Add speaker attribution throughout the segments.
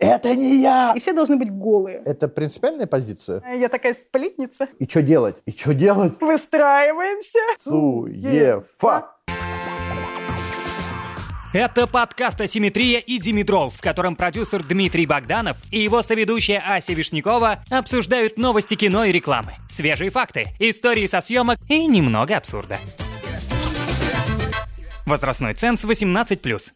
Speaker 1: Это не я!
Speaker 2: И все должны быть голые.
Speaker 1: Это принципиальная позиция?
Speaker 2: Я такая сплетница.
Speaker 1: И что делать? И что делать?
Speaker 2: Выстраиваемся.
Speaker 1: Суефа!
Speaker 3: Это подкаст «Асимметрия» и «Димитрол», в котором продюсер Дмитрий Богданов и его соведущая Ася Вишнякова обсуждают новости кино и рекламы, свежие факты, истории со съемок и немного абсурда. Возрастной ценз 18+.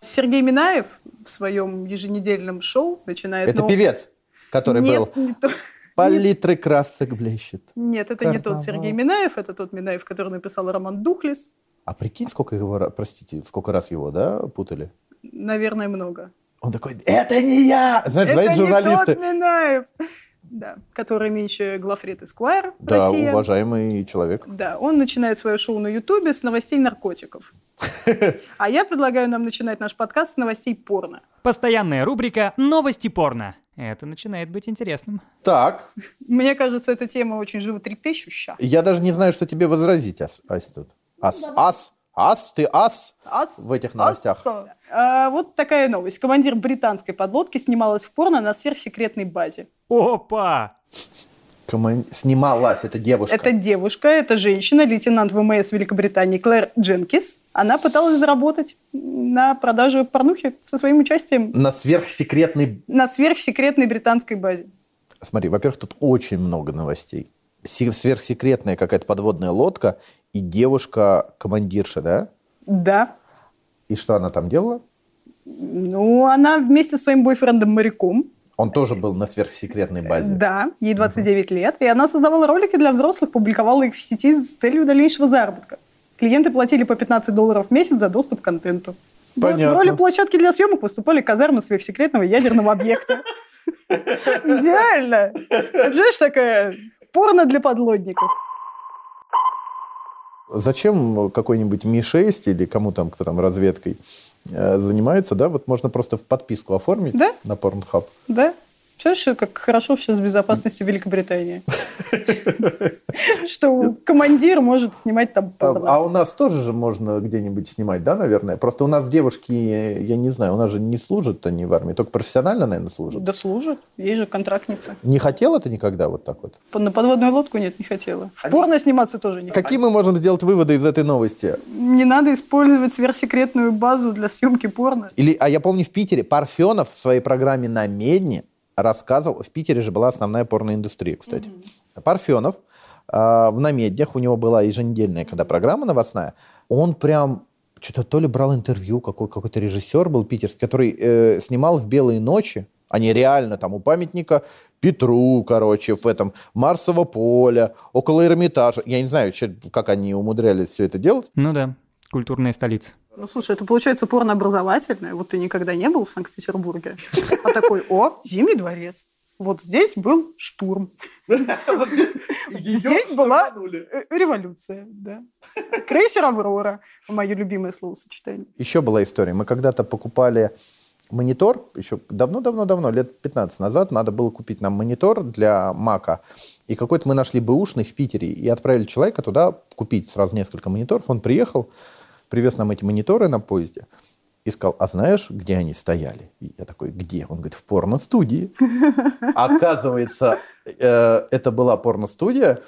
Speaker 2: Сергей Минаев в своем еженедельном шоу начинает...
Speaker 1: Это
Speaker 2: нов-
Speaker 1: певец, который
Speaker 2: Ну, Нет,
Speaker 1: был.
Speaker 2: не то-
Speaker 1: Палитры красок блещет.
Speaker 2: Нет, это не тот
Speaker 1: Карнавал.
Speaker 2: Сергей Минаев, это тот Минаев, который написал роман «Духлес».
Speaker 1: А прикинь, сколько его, ра- простите, сколько раз его, да, путали?
Speaker 2: Наверное, много.
Speaker 1: Он такой, это не я! Знаешь,
Speaker 2: это
Speaker 1: знаете,
Speaker 2: не
Speaker 1: журналисты.
Speaker 2: тот Минаев, да, который нынче главред Эсквайр
Speaker 1: Да,
Speaker 2: Россия.
Speaker 1: уважаемый человек.
Speaker 2: Да, он начинает свое шоу на Ютубе с новостей наркотиков. А я предлагаю нам начинать наш подкаст с новостей порно.
Speaker 3: Постоянная рубрика «Новости порно». Это начинает быть интересным.
Speaker 1: Так,
Speaker 2: Мне кажется, эта тема очень животрепещуща.
Speaker 1: я даже не знаю, что тебе возразить, Ас, Ась тут.
Speaker 2: Ну,
Speaker 1: Ас, Ас, Ас, ты Ас
Speaker 2: Ас-
Speaker 1: в этих новостях.
Speaker 2: ас- А, вот такая новость. Командир британской подлодки снималась в порно на сверхсекретной базе.
Speaker 3: Опа!
Speaker 1: Коман- Снималась эта девушка.
Speaker 2: Это девушка, это женщина, лейтенант ВМС Великобритании Клэр Дженкис. Она пыталась заработать на продаже порнухи со своим участием
Speaker 1: На сверхсекретной...
Speaker 2: на сверхсекретной британской базе.
Speaker 1: Смотри, во-первых, тут очень много новостей. Се- Сверхсекретная какая-то подводная лодка и девушка-командирша, да?
Speaker 2: Да.
Speaker 1: И что она там делала?
Speaker 2: Ну, она вместе со своим бойфрендом-моряком.
Speaker 1: Он тоже был на сверхсекретной базе.
Speaker 2: Да, ей 29 лет. И она создавала ролики для взрослых, публиковала их в сети с целью дальнейшего заработка. Клиенты платили по 15 долларов в месяц за доступ к контенту. Вот
Speaker 1: Понятно.
Speaker 2: В роли площадки для съемок выступали казармы сверхсекретного ядерного объекта. Идеально! Знаешь, такая порно для подлодников.
Speaker 1: Зачем какой-нибудь Ми-6 или кому там, кто там разведкой э, занимается, да? Вот можно просто в подписку оформить
Speaker 2: Да?
Speaker 1: на Pornhub.
Speaker 2: Да? Представляешь, как хорошо все с безопасностью Великобритании. Что командир может снимать там
Speaker 1: А,
Speaker 2: порно.
Speaker 1: а у нас тоже же можно где-нибудь снимать, да, наверное? Просто у нас девушки, э, я не знаю, у нас же не служат они в армии, только профессионально, наверное, служат.
Speaker 2: Да служит, ей же контрактница.
Speaker 1: Не хотела ты никогда вот так вот?
Speaker 2: По- На подводную лодку нет, не хотела. В порно сниматься тоже не
Speaker 1: А Какие мы можем сделать выводы из этой новости?
Speaker 2: Не надо использовать сверхсекретную базу для съемки порно.
Speaker 1: Или, а я помню, в Питере Парфенов в своей программе «На медне» рассказывал, в Питере же была основная порноиндустрия, кстати. Парфенов э, в «Намеднях», у него была еженедельная когда программа новостная, он прям что-то то ли брал интервью, какой, какой-то режиссер был питерский, который э, снимал в «Белые ночи», они реально там у памятника Петру, короче, в этом Марсово поле, около Эрмитажа. Я не знаю, чё- как они умудрялись все это делать.
Speaker 3: Ну да, культурная столица.
Speaker 2: Ну, слушай, это получается порно образовательное. Вот ты никогда не был в Санкт-Петербурге. А такой, о, Зимний дворец. Вот здесь был штурм. Здесь была э, революция, да. Крейсер «Аврора» — мое любимое словосочетание.
Speaker 1: Еще была история. Мы когда-то покупали монитор, еще давно-давно-давно, лет 15 назад, надо было купить нам монитор для Мака. И какой-то мы нашли бэушный в Питере и отправили человека туда купить сразу несколько мониторов. Он приехал, привез нам эти мониторы на поезде и сказал, а знаешь, где они стояли? И я такой, где? Он говорит, в порно-студии. Оказывается, э, это была порно-студия,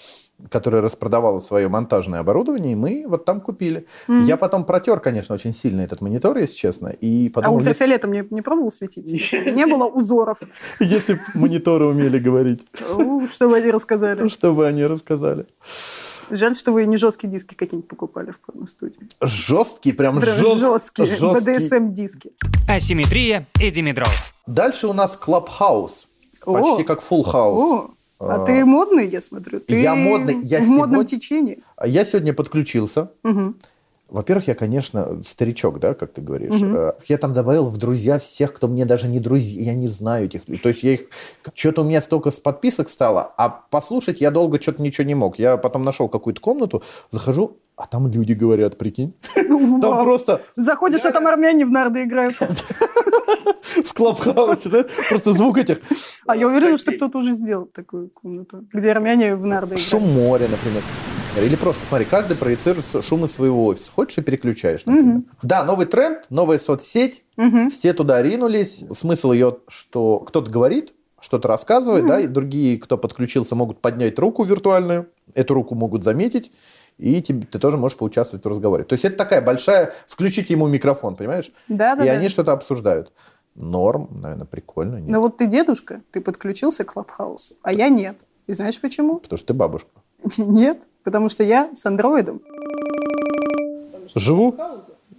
Speaker 1: которая распродавала свое монтажное оборудование, и мы вот там купили. Я потом протер, конечно, очень сильно этот монитор, если честно, и
Speaker 2: А
Speaker 1: подумал, если,
Speaker 2: ультрафиолетом не, не пробовал светить? Не было узоров.
Speaker 1: если б мониторы умели говорить,
Speaker 2: У, Что вы они рассказали?
Speaker 1: что бы они рассказали.
Speaker 2: Жаль, что вы не жесткие диски какие-нибудь покупали в порно-студии.
Speaker 1: Жесткий, прям,
Speaker 2: Прям
Speaker 1: Ну, жест-
Speaker 2: жесткие,
Speaker 1: жесткий.
Speaker 2: BDSM-диски.
Speaker 3: «Асимметрия» и «Димитрол».
Speaker 1: Дальше у нас Клабхаус.
Speaker 2: О.
Speaker 1: Почти как Full House.
Speaker 2: О, а ты модный, я смотрю. Ты
Speaker 1: Я модный, я
Speaker 2: в модном
Speaker 1: сегодня-
Speaker 2: течении.
Speaker 1: А, Я сегодня подключился.
Speaker 2: Мгм.
Speaker 1: Во-первых, я, конечно, старичок, да, как ты говоришь. Э, Я там добавил в друзья всех, кто мне даже не друзья, я не знаю этих людей. То есть я их... Что-то у меня столько с подписок стало, а послушать я долго что-то ничего не мог. Я потом нашел какую-то комнату, захожу, а там люди говорят, прикинь. Там
Speaker 2: Вау.
Speaker 1: просто
Speaker 2: Заходишь, а там армяне в нарды играют.
Speaker 1: в клабхаусе, да, просто звук этих...
Speaker 2: А я уверена, что кто-то уже сделал такую комнату, где армяне в нарды играют.
Speaker 1: Шум моря, например. например. Или просто, смотри, каждый проецирует шум из своего офиса. Хочешь и переключаешь, например. Да, новый тренд, новая соцсеть,
Speaker 2: Мгм.
Speaker 1: все туда ринулись. Смысл ее, что кто-то говорит, что-то рассказывает, да, и другие, кто подключился, могут поднять руку виртуальную, эту руку могут заметить, и тебе- ты тоже можешь поучаствовать в разговоре. То есть это такая большая, включите ему микрофон, понимаешь?
Speaker 2: Да, да,
Speaker 1: и
Speaker 2: да.
Speaker 1: они что-то обсуждают. Норм, наверное, прикольно. нет?
Speaker 2: Но Ну вот ты дедушка, ты подключился к Клабхаусу, а я нет. И знаешь почему?
Speaker 1: Потому что ты бабушка.
Speaker 2: Нет, потому что я с андроидом.
Speaker 1: Живу?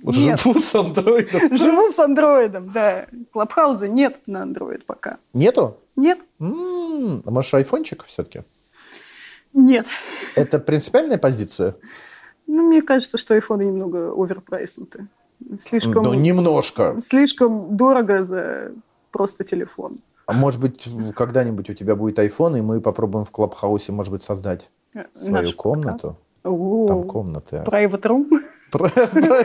Speaker 2: Нет.
Speaker 1: Живу с андроидом.
Speaker 2: Живу с андроидом, да. Клабхауза нет на андроид пока.
Speaker 1: Нету?
Speaker 2: Нет,
Speaker 1: М, а Может, айфончик все-таки?
Speaker 2: нет.
Speaker 1: Это принципиальная позиция?
Speaker 2: Ну, мне кажется, что айфоны немного оверпрайснуты. Слишком,
Speaker 1: Ну, немножко.
Speaker 2: слишком дорого за просто телефон.
Speaker 1: А может быть, в- когда-нибудь у тебя будет iPhone, и мы попробуем в Клабхаусе, может быть, создать
Speaker 2: Э,
Speaker 1: свою
Speaker 2: наш
Speaker 1: комнату.
Speaker 2: подкаст. О,
Speaker 1: Там комнаты.
Speaker 2: Private room.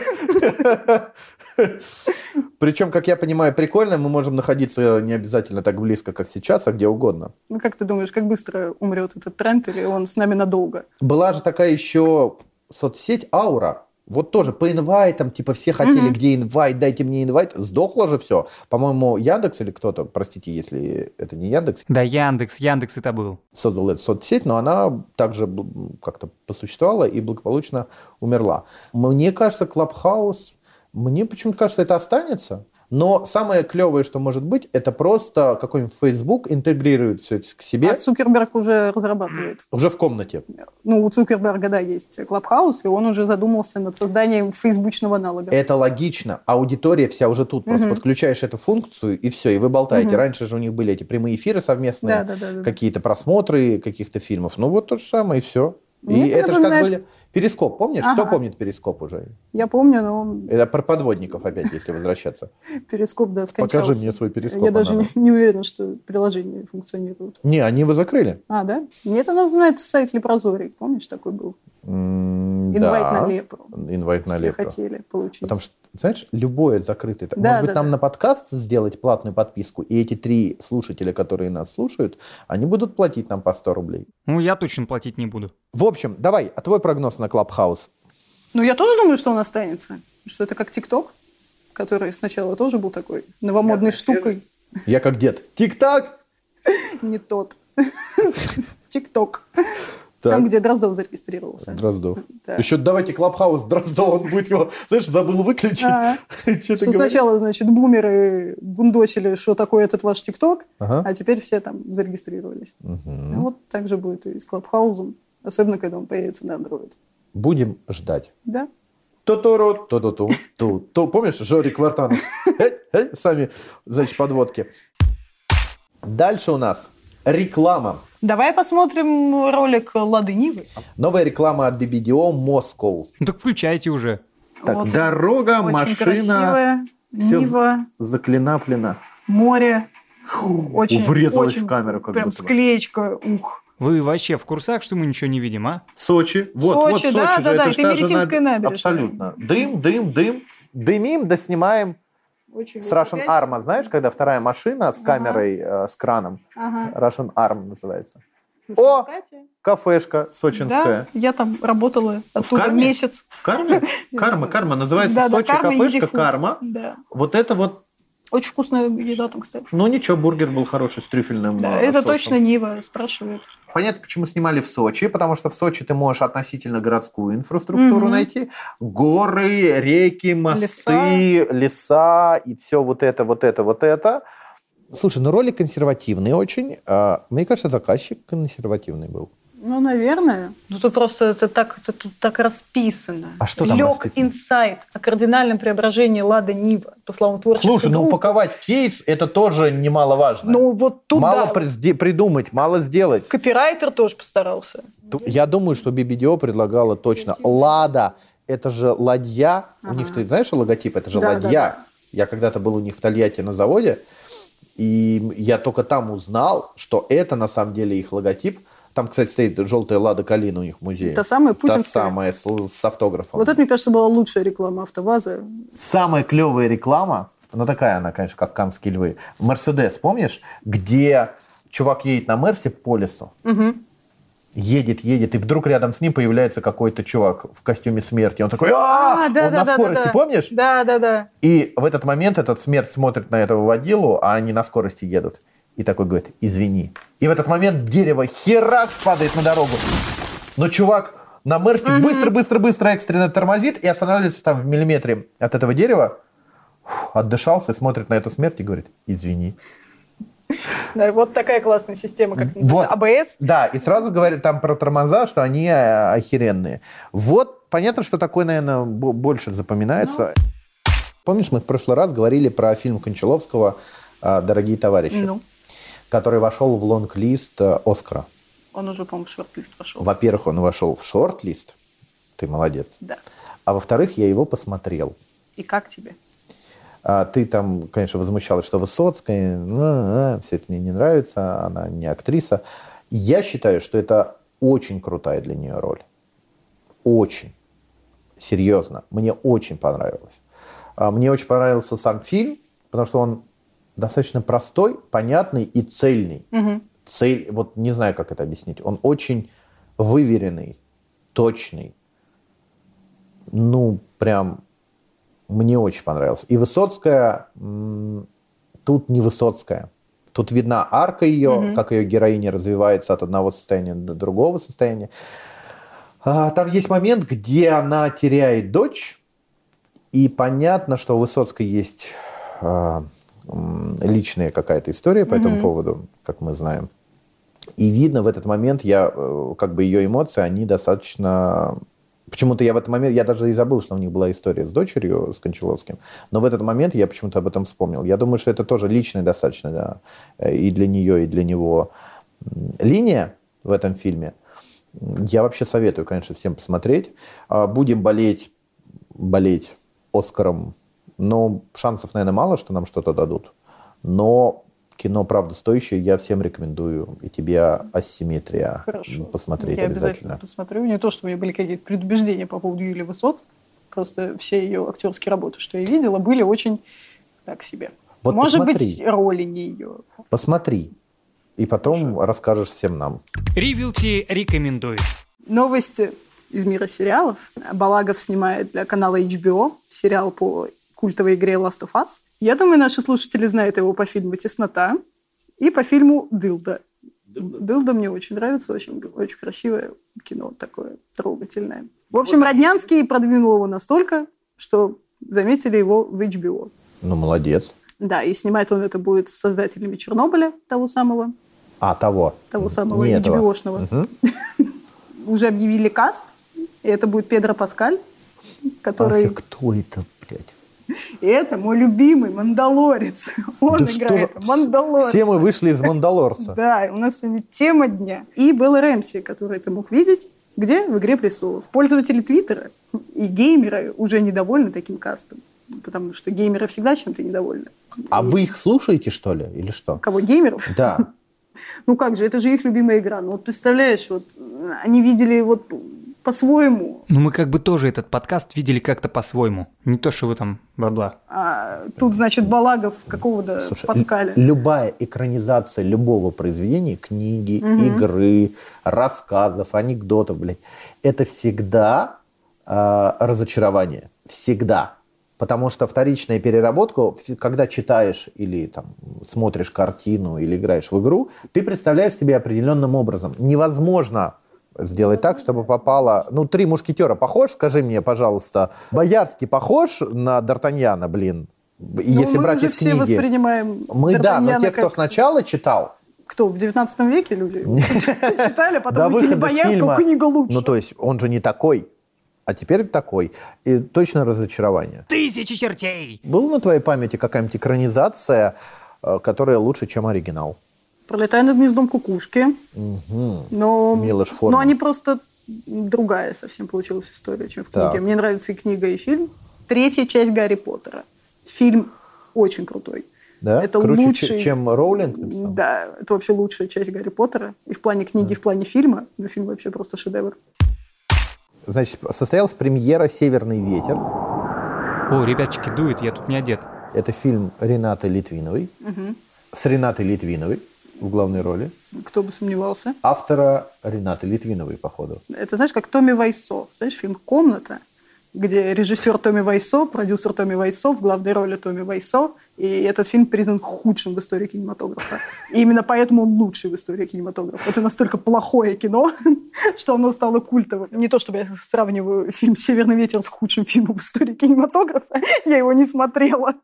Speaker 1: Причем, как я понимаю, прикольно, мы можем находиться не обязательно так близко, как сейчас, а где угодно.
Speaker 2: Ну, как ты думаешь, как быстро умрет этот тренд, или он с нами надолго?
Speaker 1: Была же такая еще соцсеть Аура. Вот тоже по инвайтам, типа все хотели, где инвайт, дайте мне инвайт. Сдохло же все. По-моему, Яндекс или кто-то, простите, если это не Яндекс,
Speaker 3: Да Яндекс, Яндекс это был.
Speaker 1: создал эту соцсеть, но она также бл- как-то посуществовала и благополучно умерла. Мне кажется, Клабхаус, мне почему-то кажется, это останется. Но самое клевое, что может быть, это просто какой-нибудь Facebook интегрирует все это к себе
Speaker 2: А Цукерберг уже разрабатывает.
Speaker 1: уже в комнате.
Speaker 2: Ну, у Цукерберга, да, есть Клабхаус, и он уже задумался над созданием фейсбучного аналога.
Speaker 1: Это логично. Аудитория вся уже тут. Просто
Speaker 2: Мгм.
Speaker 1: подключаешь эту функцию, и все, и вы болтаете.
Speaker 2: Мгм.
Speaker 1: Раньше же у них были эти прямые эфиры совместные,
Speaker 2: Да, да, да, да.
Speaker 1: какие-то просмотры каких-то фильмов. Ну вот то же самое, и все.
Speaker 2: Мне
Speaker 1: и
Speaker 2: это
Speaker 1: это же как
Speaker 2: напоминает-
Speaker 1: были... Перископ, помнишь?
Speaker 2: Ага.
Speaker 1: Кто помнит Перископ уже?
Speaker 2: Я помню, но
Speaker 1: Это Э, про подводников опять, если возвращаться.
Speaker 2: перископ, да, скончался.
Speaker 1: Э, Покажи мне свой перископ.
Speaker 2: Я даже
Speaker 1: Анана.
Speaker 2: не, не уверена, что приложения функционируют.
Speaker 1: Не, они его закрыли.
Speaker 2: А, да? Мне это напоминает сайт Лепрозорий. Помнишь, такой был? Инвайт на Лепру.
Speaker 1: Инвайт на
Speaker 2: Все
Speaker 1: лепро.
Speaker 2: хотели получить.
Speaker 1: Потому что, знаешь, любое закрытое...
Speaker 2: Да,
Speaker 1: Может быть,
Speaker 2: да,
Speaker 1: нам
Speaker 2: да.
Speaker 1: на подкаст сделать платную подписку, и эти три слушателя, которые нас слушают, они будут платить нам по 100 рублей.
Speaker 3: Ну, я точно платить не буду.
Speaker 1: В общем, давай, а твой прогноз на Клабхаус?
Speaker 2: Ну, я тоже думаю, что он останется. Что это как ТикТок, который сначала тоже был такой новомодной штукой.
Speaker 1: Я как дед. Тик-так!
Speaker 2: Не тот. ТикТок.
Speaker 1: Так.
Speaker 2: Там, где Дроздов зарегистрировался.
Speaker 1: Дроздов.
Speaker 2: Да.
Speaker 1: Еще давайте Клабхаус Дроздов, он будет его, знаешь, забыл выключить.
Speaker 2: А,
Speaker 1: Чё ты
Speaker 2: Что
Speaker 1: говоришь?
Speaker 2: сначала, значит, бумеры бундосили, что такое этот ваш ТикТок,
Speaker 1: Ага.
Speaker 2: а теперь все там зарегистрировались.
Speaker 1: Мгм.
Speaker 2: Ну, Вот так же будет и с Клабхаузом, особенно когда он появится на Android.
Speaker 1: Будем ждать.
Speaker 2: Да?
Speaker 1: Тоторо, то-то-ту, ту-ту. Помнишь, Жори Квартанов? Э, э, Сами, значит, подводки. Дальше у нас реклама.
Speaker 2: Давай посмотрим ролик Лады Нивы.
Speaker 1: Новая реклама от BBDO Moscow.
Speaker 3: Ну так включайте уже.
Speaker 1: Так,
Speaker 2: Вот.
Speaker 1: дорога,
Speaker 2: Очень
Speaker 1: машина
Speaker 2: красивая,
Speaker 1: всё
Speaker 2: Нива,
Speaker 1: заклинаплена.
Speaker 2: море. Очень,
Speaker 1: врезалась
Speaker 2: очень
Speaker 1: в камеру как
Speaker 2: прям
Speaker 1: будто бы.
Speaker 2: склеечка, ух.
Speaker 3: Вы вообще в курсах, что мы ничего не видим, а?
Speaker 1: Сочи. Вот,
Speaker 2: Сочи,
Speaker 1: вот Сочи
Speaker 2: да,
Speaker 1: же,
Speaker 2: да,
Speaker 1: это
Speaker 2: да,
Speaker 1: ж
Speaker 2: это
Speaker 1: та же
Speaker 2: Мелитинская
Speaker 1: наб-
Speaker 2: набережная.
Speaker 1: Абсолютно. Дым, дым, дым. Доснимаем да снимаем
Speaker 2: Очень
Speaker 1: с
Speaker 2: вот
Speaker 1: Russian
Speaker 2: опять.
Speaker 1: Arm. А Знаешь, когда вторая машина с
Speaker 2: Ага.
Speaker 1: камерой, э, с краном.
Speaker 2: Ага.
Speaker 1: Russian Arm называется.
Speaker 2: Слушай,
Speaker 1: О!
Speaker 2: Катя.
Speaker 1: Кафешка сочинская.
Speaker 2: Да, я там работала оттуда
Speaker 1: Карме?
Speaker 2: месяц.
Speaker 1: В карме? Карма, карма. Называется
Speaker 2: Да, да,
Speaker 1: Сочи
Speaker 2: Карма,
Speaker 1: кафешка
Speaker 2: Easy Food.
Speaker 1: карма.
Speaker 2: Да.
Speaker 1: Вот это вот,
Speaker 2: Очень вкусная еда там, кстати.
Speaker 1: ну ничего, бургер был хороший с трюфельным.
Speaker 2: Да,
Speaker 1: э,
Speaker 2: это
Speaker 1: соусом.
Speaker 2: точно Нива спрашивает.
Speaker 1: Понятно, почему снимали в Сочи, потому что в Сочи ты можешь относительно городскую инфраструктуру
Speaker 2: Мгм.
Speaker 1: найти. Горы, реки, мосты, леса. и все вот это, вот это, вот это. Слушай, ну ролик консервативный очень. А, Мне кажется, заказчик консервативный был.
Speaker 2: Ну, наверное. Ну, тут просто это так, это тут так расписано.
Speaker 1: А что там
Speaker 2: Лег
Speaker 1: расписано?
Speaker 2: инсайт о кардинальном преображении Лады Нива, по словам творческой
Speaker 1: Слушай, ну
Speaker 2: группы.
Speaker 1: упаковать кейс – это тоже немаловажно.
Speaker 2: Ну, вот тут,
Speaker 1: мало
Speaker 2: да,
Speaker 1: при- сде- придумать, мало сделать.
Speaker 2: копирайтер тоже постарался.
Speaker 1: Ту- Я думаю, что BBDO предлагала точно. Лада, это же ладья. У
Speaker 2: Ага.
Speaker 1: них, ты знаешь, логотип, это же
Speaker 2: Да,
Speaker 1: ладья.
Speaker 2: да, да.
Speaker 1: Я когда-то был у них в Тольятти на заводе, и я только там узнал, что это на самом деле их логотип. Там, кстати, стоит желтая Лада Калина у них в музее.
Speaker 2: Та самая
Speaker 1: Та
Speaker 2: путинская.
Speaker 1: самая, с, с автографом.
Speaker 2: Вот это, мне кажется, была лучшая реклама АвтоВАЗа.
Speaker 1: Самая клевая реклама, ну такая она, конечно, как канские львы. Мерседес, помнишь? Где чувак едет на Мерсе по лесу, едет, едет, и вдруг рядом с ним появляется какой-то чувак в костюме смерти. Он такой, «А-а-а!»
Speaker 2: А,
Speaker 1: он А, на скорости, помнишь?
Speaker 2: Да, да, да.
Speaker 1: И в этот момент этот смерть смотрит на этого водилу, а они на скорости едут. И такой говорит, извини. И в этот момент дерево херак падает на дорогу. Но чувак на Мерсе быстро-быстро-быстро экстренно тормозит и останавливается там в миллиметре от этого дерева. Фух, Отдышался, смотрит на эту смерть и говорит, извини.
Speaker 2: Да, Вот такая классная система, как
Speaker 1: Вот.
Speaker 2: называется, А АБС.
Speaker 1: Да, и сразу говорят там про тормоза, что они э, охеренные. Вот, понятно, что такое, наверное, бо- больше запоминается. Помнишь, мы в прошлый раз говорили про фильм Кончаловского э, «Дорогие товарищи»,
Speaker 2: Ну,
Speaker 1: который вошел в лонг-лист э, «Оскара».
Speaker 2: он уже, по-моему, в шорт-лист пошел.
Speaker 1: Во-первых, он вошел в шорт-лист. Ты молодец.
Speaker 2: Да.
Speaker 1: А во-вторых, я его посмотрел.
Speaker 2: И как тебе?
Speaker 1: А ты там, конечно, возмущалась, что Высоцкая, все это мне не нравится, она не актриса. Я считаю, что это очень крутая для нее роль. Очень. Серьезно. Мне очень понравилось. А Мне очень понравился сам фильм, потому что он достаточно простой, понятный и цельный. Цель, вот не знаю, как это объяснить. Он очень выверенный, точный. Ну, прям мне очень понравился. И Высоцкая м, тут не Высоцкая. Тут видна арка ее, как ее героиня развивается от одного состояния до другого состояния. А, там есть момент, где она теряет дочь, и понятно, что у Высоцкой есть а, м, личная какая-то история по этому поводу, как мы знаем. И видно в этот момент, я, э, как бы ее эмоции, они достаточно... Почему-то я в этот момент, я даже и забыл, что у них была история с дочерью, с Кончаловским, но в этот момент я почему-то об этом вспомнил. Я думаю, что это тоже личная достаточно да, э, и для нее, и для него м, линия в этом фильме. М, Я вообще советую, конечно, всем посмотреть. А, Будем болеть, болеть Оскаром, но шансов, наверное, мало, что нам что-то дадут. Но кино, правда, стоящее, я всем рекомендую. И тебе асимметрия
Speaker 2: Хорошо.
Speaker 1: посмотреть
Speaker 2: Я
Speaker 1: обязательно.
Speaker 2: посмотрю. Не то, что у меня были какие-то предубеждения по поводу Юлии Высоцкой, просто все ее актерские работы, что я видела, были очень так себе.
Speaker 1: Вот
Speaker 2: Может
Speaker 1: посмотри.
Speaker 2: быть, роли не ее.
Speaker 1: Посмотри. И потом расскажешь всем нам.
Speaker 3: Ривилти рекомендует.
Speaker 2: Новости из мира сериалов. Балагов снимает для канала HBO сериал по культовой игре Last of Us. Я думаю, наши слушатели знают его по фильму «Теснота» и по фильму «Дылда». «Дылда» мне очень нравится, очень, очень красивое кино такое, трогательное. В общем, Роднянский продвинул его настолько, что заметили его в HBO.
Speaker 1: Ну, молодец.
Speaker 2: Да, и снимает он это будет с создателями «Чернобыля», того самого,
Speaker 1: А, того.
Speaker 2: того самого
Speaker 1: Не этого.
Speaker 2: HBO-шного
Speaker 1: Мгм.
Speaker 2: уже объявили каст, и это будет Педро Паскаль, который...
Speaker 1: Ася, А кто это, блядь?
Speaker 2: И это мой любимый Мандалорец. Он
Speaker 1: Да что
Speaker 2: играет
Speaker 1: за-
Speaker 2: Мандалорца.
Speaker 1: Все мы вышли из Мандалорца.
Speaker 2: Да, и у нас сегодня тема дня. И был Рэмси, который ты мог видеть, где? В «Игре престолов». Пользователи Твиттера и геймеры уже недовольны таким кастом, потому что геймеры всегда чем-то недовольны.
Speaker 1: А вы их слушаете, что ли, или что?
Speaker 2: Кого? Геймеров?
Speaker 1: Да.
Speaker 2: Ну как же, это же их любимая игра. Ну вот представляешь, вот э, они видели вот по-своему,
Speaker 3: Ну, мы как бы тоже этот подкаст видели как-то по-своему. Не то, что вы там бла-бла.
Speaker 2: а тут, значит, Балагов какого-то
Speaker 1: Слушай,
Speaker 2: Паскаля.
Speaker 1: л- любая экранизация любого произведения, книги, игры, рассказов, анекдотов, блядь, это всегда э, разочарование. Всегда. Потому что вторичная переработка, ф- когда читаешь или там, смотришь картину или играешь в игру, ты представляешь себе определенным образом. Невозможно сделать так, чтобы попало... Ну, «Три мушкетера» похож, скажи мне, пожалуйста. Боярский похож на Д'Артаньяна, блин?
Speaker 2: Ну,
Speaker 1: Если
Speaker 2: мы
Speaker 1: брать
Speaker 2: уже
Speaker 1: из
Speaker 2: все
Speaker 1: книги.
Speaker 2: воспринимаем
Speaker 1: Мы, да, но
Speaker 2: Д'Артаньяна
Speaker 1: те, кто
Speaker 2: как-
Speaker 1: сначала читал,
Speaker 2: Кто, в 19 веке люди читали, а
Speaker 1: до
Speaker 2: потом учили
Speaker 1: выхода
Speaker 2: Боярского
Speaker 1: фильма...
Speaker 2: книга лучше.
Speaker 1: Ну, то есть, он же не такой, а теперь такой. И точно разочарование.
Speaker 3: Тысячи чертей!
Speaker 1: Была на твоей памяти какая-нибудь экранизация, э, которая лучше, чем оригинал?
Speaker 2: Пролетая над гнездом кукушки. Но,
Speaker 1: Милош Форман.
Speaker 2: но они просто другая совсем получилась история, чем в
Speaker 1: Так.
Speaker 2: книге. Мне нравится и книга, и фильм. Третья часть Гарри Поттера. Фильм очень крутой.
Speaker 1: Да?
Speaker 2: Это
Speaker 1: Круче,
Speaker 2: лучший...
Speaker 1: че- чем Роулинг написал?
Speaker 2: Да, это вообще лучшая часть Гарри Поттера. И в плане книги, и в плане фильма. Ну, фильм вообще просто шедевр.
Speaker 1: Значит, состоялась премьера «Северный ветер».
Speaker 3: О, ребятчики, дует, я тут не одет.
Speaker 1: Это фильм Ренаты Литвиновой. С Ренатой Литвиновой. в главной роли.
Speaker 2: Кто бы сомневался.
Speaker 1: Автора Ренаты Литвиновой, походу.
Speaker 2: Это, знаешь, как Томми Вайсо. Знаешь, фильм «Комната», где режиссер Томми Вайсо, продюсер Томми Вайсо, в главной роли Томми Вайсо. И этот фильм признан худшим в истории кинематографа. И именно поэтому он лучший в истории кинематографа. Это настолько плохое кино, что оно стало культовым. Не то, чтобы я сравниваю фильм «Северный ветер» с худшим фильмом в истории кинематографа. Я его не смотрела.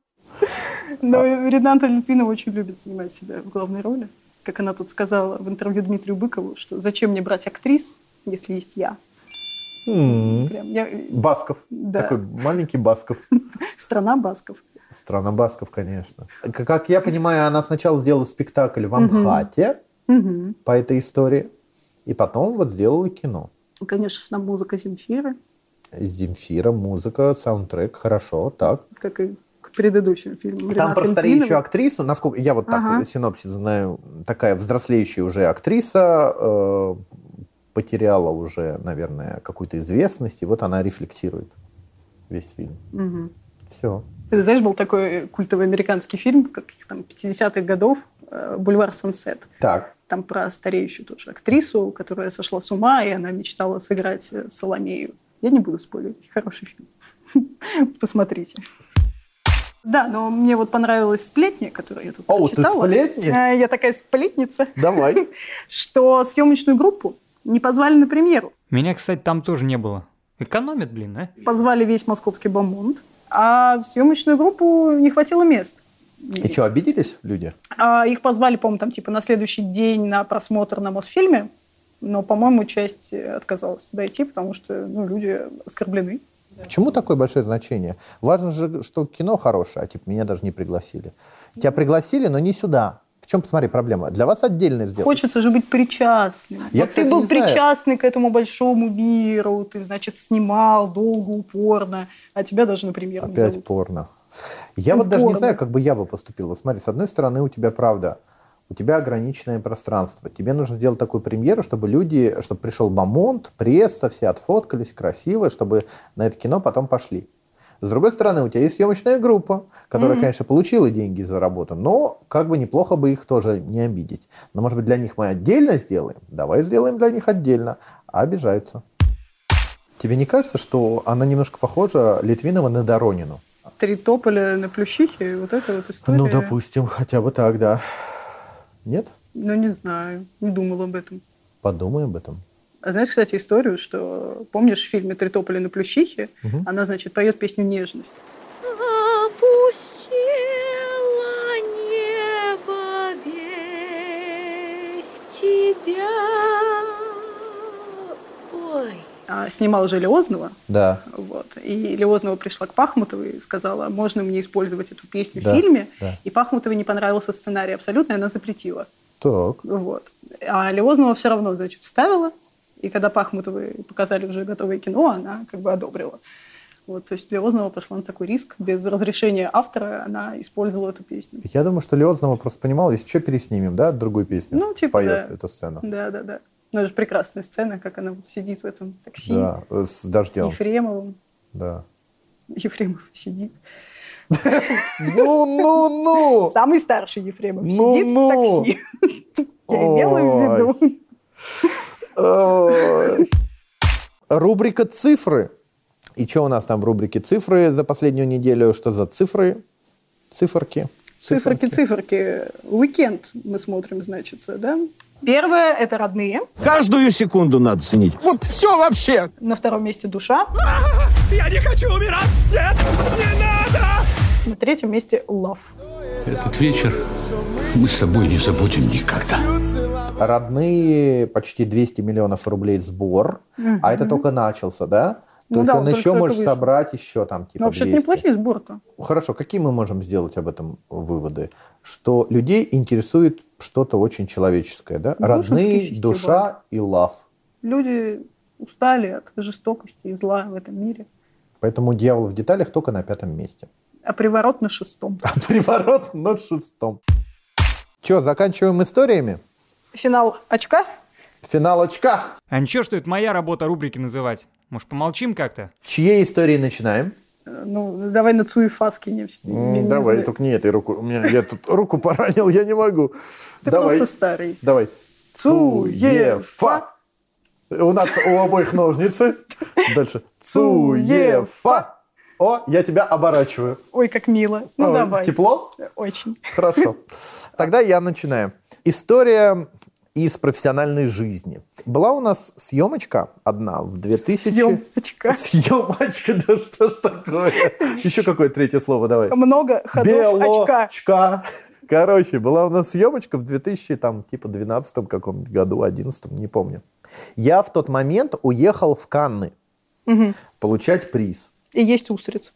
Speaker 2: Но Рената Литвинова очень любит снимать себя в главной роли. Как она тут сказала в интервью Дмитрию Быкову, что зачем мне брать актрис, если есть я.
Speaker 1: М.
Speaker 2: Прям я... э,
Speaker 1: Басков.
Speaker 2: Да.
Speaker 1: Такой маленький Басков.
Speaker 2: Страна басков.
Speaker 1: Страна Басков, конечно. К- Как я понимаю, она сначала сделала спектакль в Амхате
Speaker 2: Мгм.
Speaker 1: по этой истории, и потом вот сделала кино.
Speaker 2: Конечно, музыка Земфиры,
Speaker 1: Земфира, музыка, саундтрек, хорошо, так.
Speaker 2: как и к предыдущим фильмам.
Speaker 1: А Там
Speaker 2: Ренаты
Speaker 1: про
Speaker 2: Литвиновой.
Speaker 1: стареющую актрису, насколько я вот так
Speaker 2: Ага.
Speaker 1: синопсис знаю, такая взрослеющая уже актриса э, потеряла уже, наверное, какую-то известность, и вот она рефлексирует весь фильм.
Speaker 2: Мгм.
Speaker 1: Все.
Speaker 2: Ты знаешь, был такой э, культовый американский фильм, как там 50-х годов, э, «Бульвар Сансет».
Speaker 1: Так.
Speaker 2: Там про стареющую тоже актрису, которая сошла с ума, и она мечтала сыграть э, Соломею. Я не буду спойлерить, хороший фильм. Посмотрите. Да, но мне вот понравилась сплетня, которую я тут
Speaker 1: О, ты
Speaker 2: прочитала.
Speaker 1: сплетни?
Speaker 2: Э, Я такая сплетница,
Speaker 1: Давай.
Speaker 2: что съемочную группу не позвали на премьеру.
Speaker 3: Меня, кстати, там тоже не было. Экономят, блин, а?
Speaker 2: Позвали весь московский бомонд, а в съемочную группу не хватило мест.
Speaker 1: И что, обиделись люди?
Speaker 2: А их позвали, по-моему, там типа на следующий день на просмотр на Мосфильме, но, по-моему, часть э, отказалась туда идти, потому что ну, люди оскорблены.
Speaker 1: Почему такое большое значение? Важно же, что кино хорошее, а типа меня даже не пригласили. Тебя пригласили, но не сюда. В чем, посмотри, проблема? Для вас отдельно сделка.
Speaker 2: Хочется же быть причастным.
Speaker 1: Я,
Speaker 2: Вот
Speaker 1: кстати,
Speaker 2: ты был
Speaker 1: не знаю.
Speaker 2: причастный к этому большому миру, ты, значит, снимал долго, упорно, а тебя даже, например, не
Speaker 1: Опять
Speaker 2: зовут.
Speaker 1: порно. Я
Speaker 2: Ну,
Speaker 1: вот даже не
Speaker 2: порно.
Speaker 1: знаю, как бы я бы поступил. Вот смотри, с одной стороны, у тебя правда, у тебя ограниченное пространство. Тебе нужно сделать такую премьеру, чтобы люди, чтобы пришел бамонт, пресса, все отфоткались красиво, чтобы на это кино потом пошли. С другой стороны, у тебя есть съемочная группа, которая, конечно, получила деньги за работу, но как бы неплохо бы их тоже не обидеть. Но, может быть, для них мы отдельно сделаем? Давай сделаем для них отдельно. А обижаются. Тебе не кажется, что она немножко похожа Литвинова на Доронину?
Speaker 2: Три тополя на Плющихе, вот это вот история.
Speaker 1: Ну, допустим, хотя бы так, да. Нет?
Speaker 2: Ну, не знаю, не думал об этом.
Speaker 1: Подумай об этом.
Speaker 2: А знаешь, кстати, историю, что помнишь в фильме «Три тополя на Плющихе»
Speaker 1: Мгм.
Speaker 2: она, значит, поет песню «Нежность».
Speaker 4: Опустело небо без тебя. Ой.
Speaker 2: А снимал же Леознова,
Speaker 1: Да.
Speaker 2: вот, и Леознова пришла к Пахмутовой и сказала, можно мне использовать эту песню
Speaker 1: Да,
Speaker 2: в фильме,
Speaker 1: да.
Speaker 2: и Пахмутовой не понравился сценарий абсолютно, и она запретила,
Speaker 1: Так.
Speaker 2: вот. А Леознова все равно, значит, вставила, и когда Пахмутовой показали уже готовое кино, она как бы одобрила. Вот, то есть Леознова пошла на такой риск, без разрешения автора она использовала эту песню.
Speaker 1: Я думаю, что Леознова просто понимал, если что, переснимем, да, другую песню.
Speaker 2: Ну, типа,
Speaker 1: Споет
Speaker 2: да.
Speaker 1: эту сцену.
Speaker 2: Да, да, да. Ну, это же прекрасная сцена, как она вот сидит в этом такси
Speaker 1: Да, э, с
Speaker 2: с
Speaker 1: дождем.
Speaker 2: Ефремовым.
Speaker 1: Да.
Speaker 2: Ефремов сидит.
Speaker 1: Ну, ну, ну!
Speaker 2: Самый старший Ефремов
Speaker 1: Ну,
Speaker 2: сидит
Speaker 1: ну.
Speaker 2: в такси. Я имела в виду.
Speaker 1: Ой. Э, Рубрика «Цифры». И что у нас там в рубрике «Цифры» за последнюю неделю? Что за цифры? Циферки.
Speaker 2: Циферки, циферки. Уикенд мы смотрим, значит, да? Первое – это родные.
Speaker 5: Каждую секунду надо ценить. Вот все вообще.
Speaker 2: На втором месте душа. Я не хочу умирать! Нет! Не надо! На третьем месте лав.
Speaker 6: Этот вечер мы с собой не забудем никогда.
Speaker 1: Родные почти 200 миллионов рублей сбор, а это только начался, да? То
Speaker 2: Ну
Speaker 1: есть
Speaker 2: да,
Speaker 1: он
Speaker 2: он только
Speaker 1: еще
Speaker 2: только
Speaker 1: может
Speaker 2: вышел.
Speaker 1: собрать еще там типа
Speaker 2: Ну, вообще-то
Speaker 1: 200.
Speaker 2: неплохие сборы-то.
Speaker 1: Хорошо, какие мы можем сделать об этом выводы? Что людей интересует что-то очень человеческое, да?
Speaker 2: Душинский
Speaker 1: Родные,
Speaker 2: фестиваль.
Speaker 1: душа и лав.
Speaker 2: Люди устали от жестокости и зла в этом мире.
Speaker 1: Поэтому дьявол в деталях только на пятом месте.
Speaker 2: А приворот на шестом.
Speaker 1: А приворот на шестом. Че, заканчиваем историями?
Speaker 2: Финал очка.
Speaker 1: Финал очка.
Speaker 3: А ничего, что это моя работа рубрики называть? Может, помолчим как-то?
Speaker 1: Чьей истории начинаем?
Speaker 2: Э, Ну, давай на Цуефас кинемся.
Speaker 1: М,
Speaker 2: Не- не
Speaker 1: Давай,
Speaker 2: знаю.
Speaker 1: только не этой руку. У меня, я тут руку поранил, я не могу.
Speaker 2: Ты
Speaker 1: Давай.
Speaker 2: просто старый.
Speaker 1: Давай.
Speaker 2: Цуефа.
Speaker 1: У нас у обоих ножницы. Дальше. Цуефа. О, я тебя оборачиваю.
Speaker 2: Ой, как мило. Ну,
Speaker 1: О,
Speaker 2: давай.
Speaker 1: А, Тепло?
Speaker 2: Очень.
Speaker 1: Хорошо. Тогда я начинаю. История из профессиональной жизни. Была у нас съемочка одна в 2000...
Speaker 2: Съемочка.
Speaker 1: Съемочка, да что ж такое? Еще какое третье слово давай.
Speaker 2: Много ходов очка.
Speaker 1: Белочка. Короче, была у нас съемочка в 2000, там, типа, 12 каком-то году, 11 не помню. Я в тот момент уехал в Канны получать приз.
Speaker 2: И есть устриц.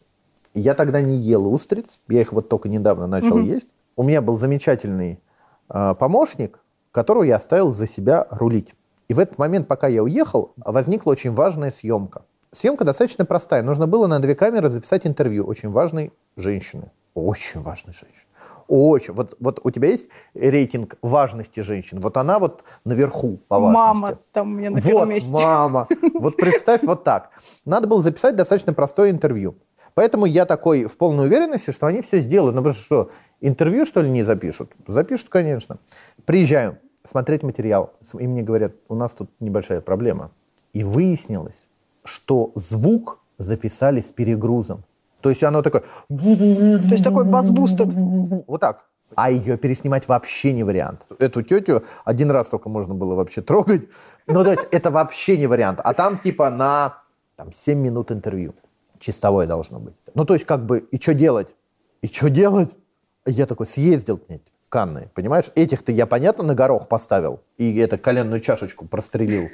Speaker 1: Я тогда не ел устриц, я их вот только недавно начал есть. У меня был замечательный э, помощник, которого я оставил за себя рулить. И в этот момент, пока я уехал, возникла очень важная съемка. Съемка достаточно простая. Нужно было на две камеры записать интервью очень важной женщины. Очень важной женщины. Очень. Вот, вот у тебя есть рейтинг важности женщин? Вот она вот наверху по важности.
Speaker 2: Мама там у меня на
Speaker 1: А Вот,
Speaker 2: первом месте.
Speaker 1: мама. Вот представь вот так. Надо было записать достаточно простое интервью. Поэтому я такой в полной уверенности, что они все сделают. Ну, потому что, что, интервью, что ли, не запишут? Запишут, конечно. Приезжаю смотреть материал. И мне говорят, у нас тут небольшая проблема. И выяснилось, что звук записали с перегрузом. То есть оно такое...
Speaker 2: То есть такой бас-бустер.
Speaker 1: Вот так. А ее переснимать вообще не вариант. Эту тетю один раз только можно было вообще трогать. Но то есть, это вообще не вариант. А там типа на там, 7 минут интервью. Чистовое должно быть. Ну то есть как бы и что делать? И что делать? Я такой съездил к ней в Канны, понимаешь? Этих-то я, понятно, на горох поставил. И это коленную чашечку прострелил.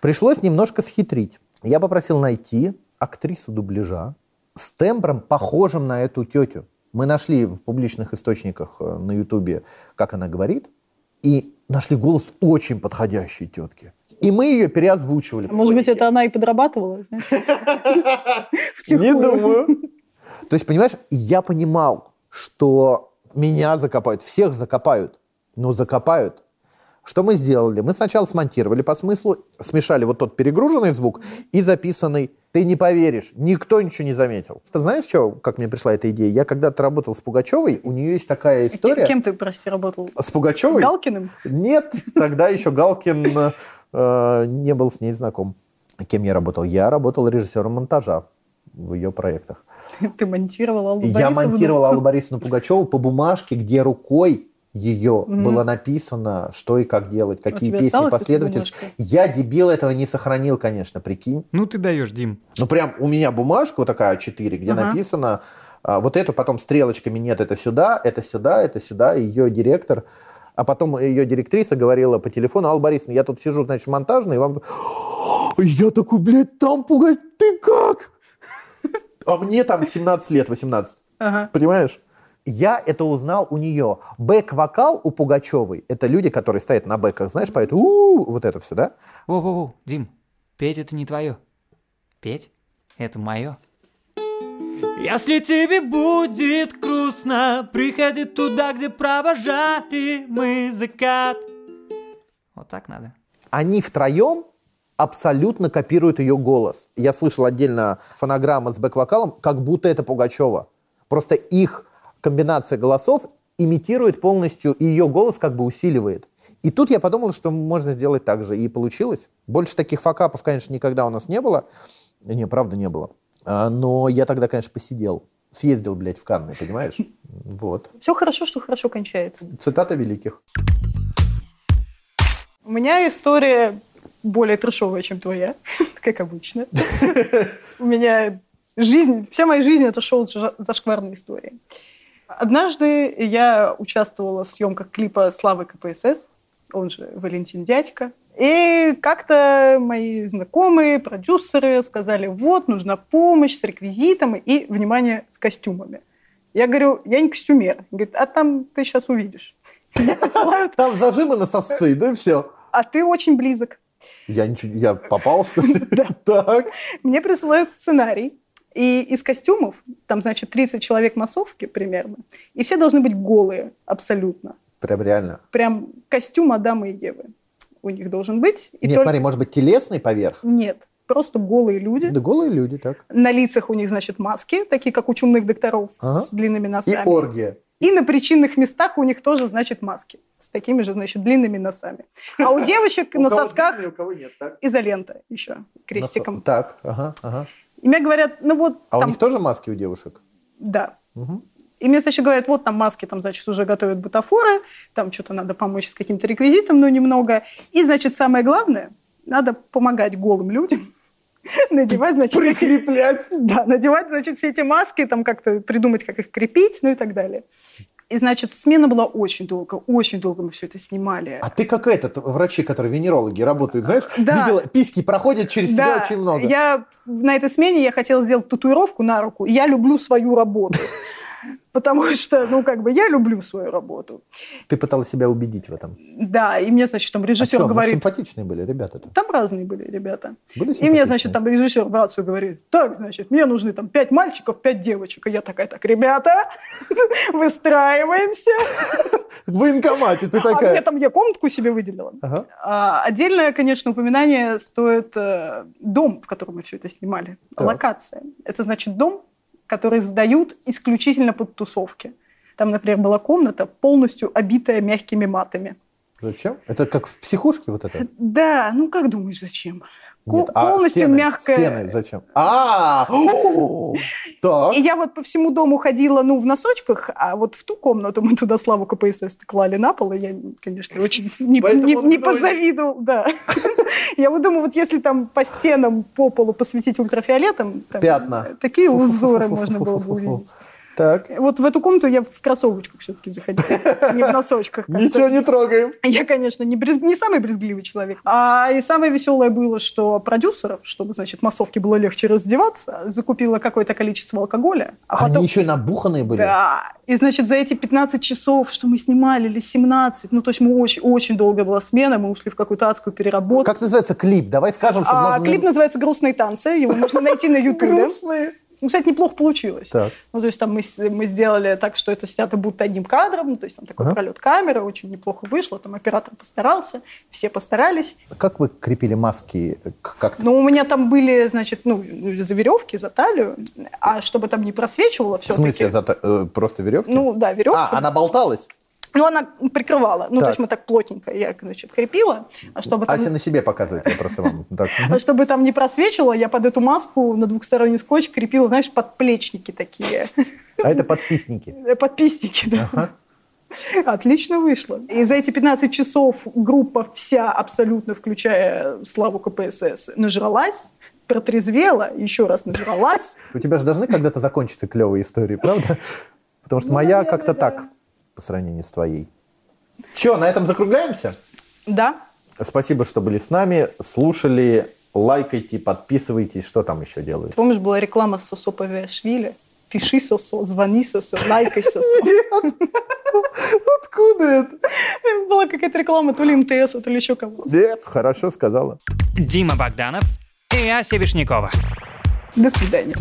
Speaker 1: Пришлось немножко схитрить. Я попросил найти актрису дубляжа с тембром, похожим на эту тетю. Мы нашли в публичных источниках э, на Ютубе, как она говорит, и нашли голос очень подходящей тетки. И мы ее переозвучивали.
Speaker 2: А Может быть, это она и подрабатывала, знаешь?
Speaker 1: Не
Speaker 2: Втихую.
Speaker 1: думаю. То есть, понимаешь, я понимал, что меня закопают, всех закопают, но закопают. Что мы сделали? Мы сначала смонтировали по смыслу, смешали вот тот перегруженный звук и записанный. Ты не поверишь, никто ничего не заметил. Ты знаешь, что, как мне пришла эта идея? Я когда-то работал с Пугачевой, у нее есть такая история.
Speaker 2: Кем ты, прости, работал?
Speaker 1: С Пугачевой?
Speaker 2: Галкиным?
Speaker 1: Нет, тогда еще Галкин э, не был с ней знаком. Кем я работал? Я работал режиссером монтажа в ее проектах.
Speaker 2: Ты монтировал Аллу
Speaker 1: Я
Speaker 2: Борисовну?
Speaker 1: монтировал Аллу Борисовну Пугачеву по бумажке, где рукой ее было написано, что и как делать, какие
Speaker 2: тебя
Speaker 1: песни
Speaker 2: осталась эта
Speaker 1: последовательно.
Speaker 2: бумажка?
Speaker 1: Я, дебил, этого не сохранил, конечно, прикинь.
Speaker 3: Ну ты даешь, Дим.
Speaker 1: Ну, прям у меня бумажка вот такая А4, где
Speaker 2: Ага.
Speaker 1: написано а, вот эту потом стрелочками нет, это сюда, это сюда, это сюда, ее директор. А потом ее директриса говорила по телефону, Алла Борисовна, я тут сижу, значит, в монтажной, и вам... «А Я такой, блядь, там пугать, ты как? А мне там 17 лет, 18.
Speaker 2: Ага.
Speaker 1: Понимаешь? Я это узнал у нее. Бэк-вокал у Пугачевой – это люди, которые стоят на бэках, знаешь, поют «у-у-у», вот это все, да?
Speaker 3: Воу-воу-воу, Дим, петь это не твое. Петь это мое. Если тебе будет грустно, приходи туда, где провожали мы закат. Вот так надо.
Speaker 1: они втроем абсолютно копируют ее голос. Я слышал отдельно фонограмма с бэк-вокалом, как будто это Пугачева. Просто их комбинация голосов имитирует полностью, и ее голос как бы усиливает. И тут я подумал, что можно сделать так же. И получилось. Больше таких факапов, конечно, никогда у нас не было. Не, правда, не было. А, Но я тогда, конечно, посидел. Съездил, блядь, в Канны, понимаешь? Вот.
Speaker 2: Все хорошо, что хорошо кончается.
Speaker 1: Цитата великих.
Speaker 2: У меня история более трешовая, чем твоя, как обычно. У меня жизнь, вся моя жизнь это шоу за- зашкварные истории. Однажды я участвовала в съемках клипа Славы КПСС, он же Валентин Дядька. И как-то мои знакомые, продюсеры сказали, вот, нужна помощь с реквизитом и, внимание, с костюмами. Я говорю, я не костюмер. Говорит, а там ты сейчас увидишь. Меня посылают,
Speaker 1: Там зажимы на сосцы, да и все.
Speaker 2: а ты очень близок.
Speaker 1: Я ничего, я попал, что ли? Так.
Speaker 2: Мне присылают сценарий. И из костюмов, там, значит, 30 человек массовки примерно, и все должны быть голые абсолютно.
Speaker 1: Прям реально.
Speaker 2: Прям костюм Адама и Евы у них должен быть. И
Speaker 1: Нет,
Speaker 2: только-
Speaker 1: смотри, может быть, телесный поверх?
Speaker 2: Нет. Просто голые люди.
Speaker 1: Да голые люди, так.
Speaker 2: На лицах у них, значит, маски, такие, как у чумных докторов
Speaker 1: Ага.
Speaker 2: с длинными
Speaker 1: И
Speaker 2: носами.
Speaker 1: оргия.
Speaker 2: И на причинных местах у них тоже, значит, маски с такими же, значит, длинными носами. А у девочек на сосках
Speaker 1: у кого нет, так?
Speaker 2: изолента еще крестиком.
Speaker 1: Так, ага, ага.
Speaker 2: И мне говорят, ну вот
Speaker 1: А у
Speaker 2: там...
Speaker 1: них тоже маски у девушек?
Speaker 2: Да.
Speaker 1: Мгм.
Speaker 2: И мне, значит, говорят, вот там маски, там, значит, уже готовят бутафоры, там что-то надо помочь с каким-то реквизитом, но немного. И, значит, самое главное, надо помогать голым людям надевать, значит, эти-
Speaker 1: Прикреплять.
Speaker 2: да, надевать, значит, все эти маски, там как-то придумать, как их крепить, ну и так далее. И, значит, смена была очень долго, очень долго мы все это снимали.
Speaker 1: А ты как этот, врачи, которые венерологи работают, знаешь,
Speaker 2: Да.
Speaker 1: видела, письки проходят через тебя очень много.
Speaker 2: Я на этой смене я хотела сделать татуировку на руку. Я люблю свою работу. Потому что, ну, как бы, я люблю свою работу.
Speaker 1: Ты пыталась себя убедить в этом.
Speaker 2: Да, и мне, значит, там режиссер
Speaker 1: а чё, мы
Speaker 2: говорит...
Speaker 1: симпатичные были ребята-то.
Speaker 2: Там разные были ребята.
Speaker 1: Были
Speaker 2: И мне,
Speaker 1: симпатичные?
Speaker 2: значит, там режиссер в рацию говорит, так, значит, мне нужны там пять мальчиков, пять девочек. И я такая, так, ребята, выстраиваемся.
Speaker 1: В военкомате ты
Speaker 2: А мне
Speaker 1: такая.
Speaker 2: там я комнатку себе выделила.
Speaker 1: Ага.
Speaker 2: А, Отдельное, конечно, упоминание стоит э, дом, в котором мы все это снимали.
Speaker 1: Так.
Speaker 2: Локация. Это значит дом, который сдают исключительно под тусовки. Там, например, была комната, полностью обитая мягкими матами.
Speaker 1: Зачем? Это как в психушке вот это?
Speaker 2: Да, ну как думаешь, зачем? Ко-
Speaker 1: Нет, а
Speaker 2: полностью
Speaker 1: стены,
Speaker 2: мягкая.
Speaker 1: Стены А? зачем? А, о, так.
Speaker 2: И я вот по всему дому ходила, ну, в носочках, а вот в ту комнату мы туда Славу КПСС клали на пол, и я, конечно, очень не,
Speaker 1: Поэтому
Speaker 2: не-
Speaker 1: он
Speaker 2: не
Speaker 1: доволен.
Speaker 2: позавидовал, да. Я вот думаю, вот если там по стенам, по полу посветить ультрафиолетом, там,
Speaker 1: Пятна.
Speaker 2: э, такие узоры можно было бы увидеть.
Speaker 1: Так.
Speaker 2: Вот в эту комнату я в кроссовочках все-таки заходила, а не в носочках. как-то.
Speaker 1: Ничего не трогаем.
Speaker 2: Я, конечно, не, брез- не самый брезгливый человек. А и самое веселое было, что продюсеров, чтобы, значит, массовке было легче раздеваться, закупила какое-то количество алкоголя. А
Speaker 1: Они еще и набуханные были.
Speaker 2: Да. И, значит, за эти 15 часов, что мы снимали, или 17, ну, то есть мы очень, очень долго была смена, мы ушли в какую-то адскую переработку.
Speaker 1: Как называется клип? Давай скажем, чтобы
Speaker 2: А,
Speaker 1: можно...
Speaker 2: клип называется «Грустные танцы», его можно найти на ютубе. Ну, кстати, неплохо получилось.
Speaker 1: Так.
Speaker 2: Ну, то есть там мы, с- мы сделали так, что это снято будто одним кадром, ну, то есть там такой
Speaker 1: Ага.
Speaker 2: пролет камеры, очень неплохо вышло, там оператор постарался, все постарались.
Speaker 1: Как вы крепили маски? К- Как?
Speaker 2: Но у меня там были, значит, ну, за веревки, за талию, а чтобы там не просвечивало
Speaker 1: В
Speaker 2: все-таки...
Speaker 1: смысле, за та- э, просто веревки?
Speaker 2: Ну, да, веревка.
Speaker 1: А, она болталась?
Speaker 2: Ну, она прикрывала. Ну,
Speaker 1: Так.
Speaker 2: то есть мы так плотненько, я, значит, крепила, а чтобы там...
Speaker 1: Ася на себе показывает, я просто вам так.
Speaker 2: А чтобы там не просвечивало, я под эту маску на двухсторонний скотч крепила, знаешь, подплечники такие,
Speaker 1: А это подписники.
Speaker 2: подписники, да.
Speaker 1: Ага.
Speaker 2: Отлично вышло. И за эти 15 часов группа вся, абсолютно включая Славу КПСС, нажралась, протрезвела, еще раз нажралась.
Speaker 1: У тебя же должны когда-то закончиться клевые истории, правда? Потому что моя
Speaker 2: Ну, наверное,
Speaker 1: как-то
Speaker 2: да.
Speaker 1: так по сравнению с твоей. Че, на этом закругляемся?
Speaker 2: Да,
Speaker 1: Спасибо, что были с нами, слушали, лайкайте, подписывайтесь, что там еще делают.
Speaker 2: помнишь, была реклама Сосо Павиашвили? Пиши Сосо, звони Сосо, лайкай Сосо.
Speaker 1: Откуда это?
Speaker 2: Была какая-то реклама то ли МТС, то ли еще кого-то.
Speaker 1: Нет, хорошо сказала.
Speaker 3: Дима Богданов и Ася Вишнякова.
Speaker 2: До свидания.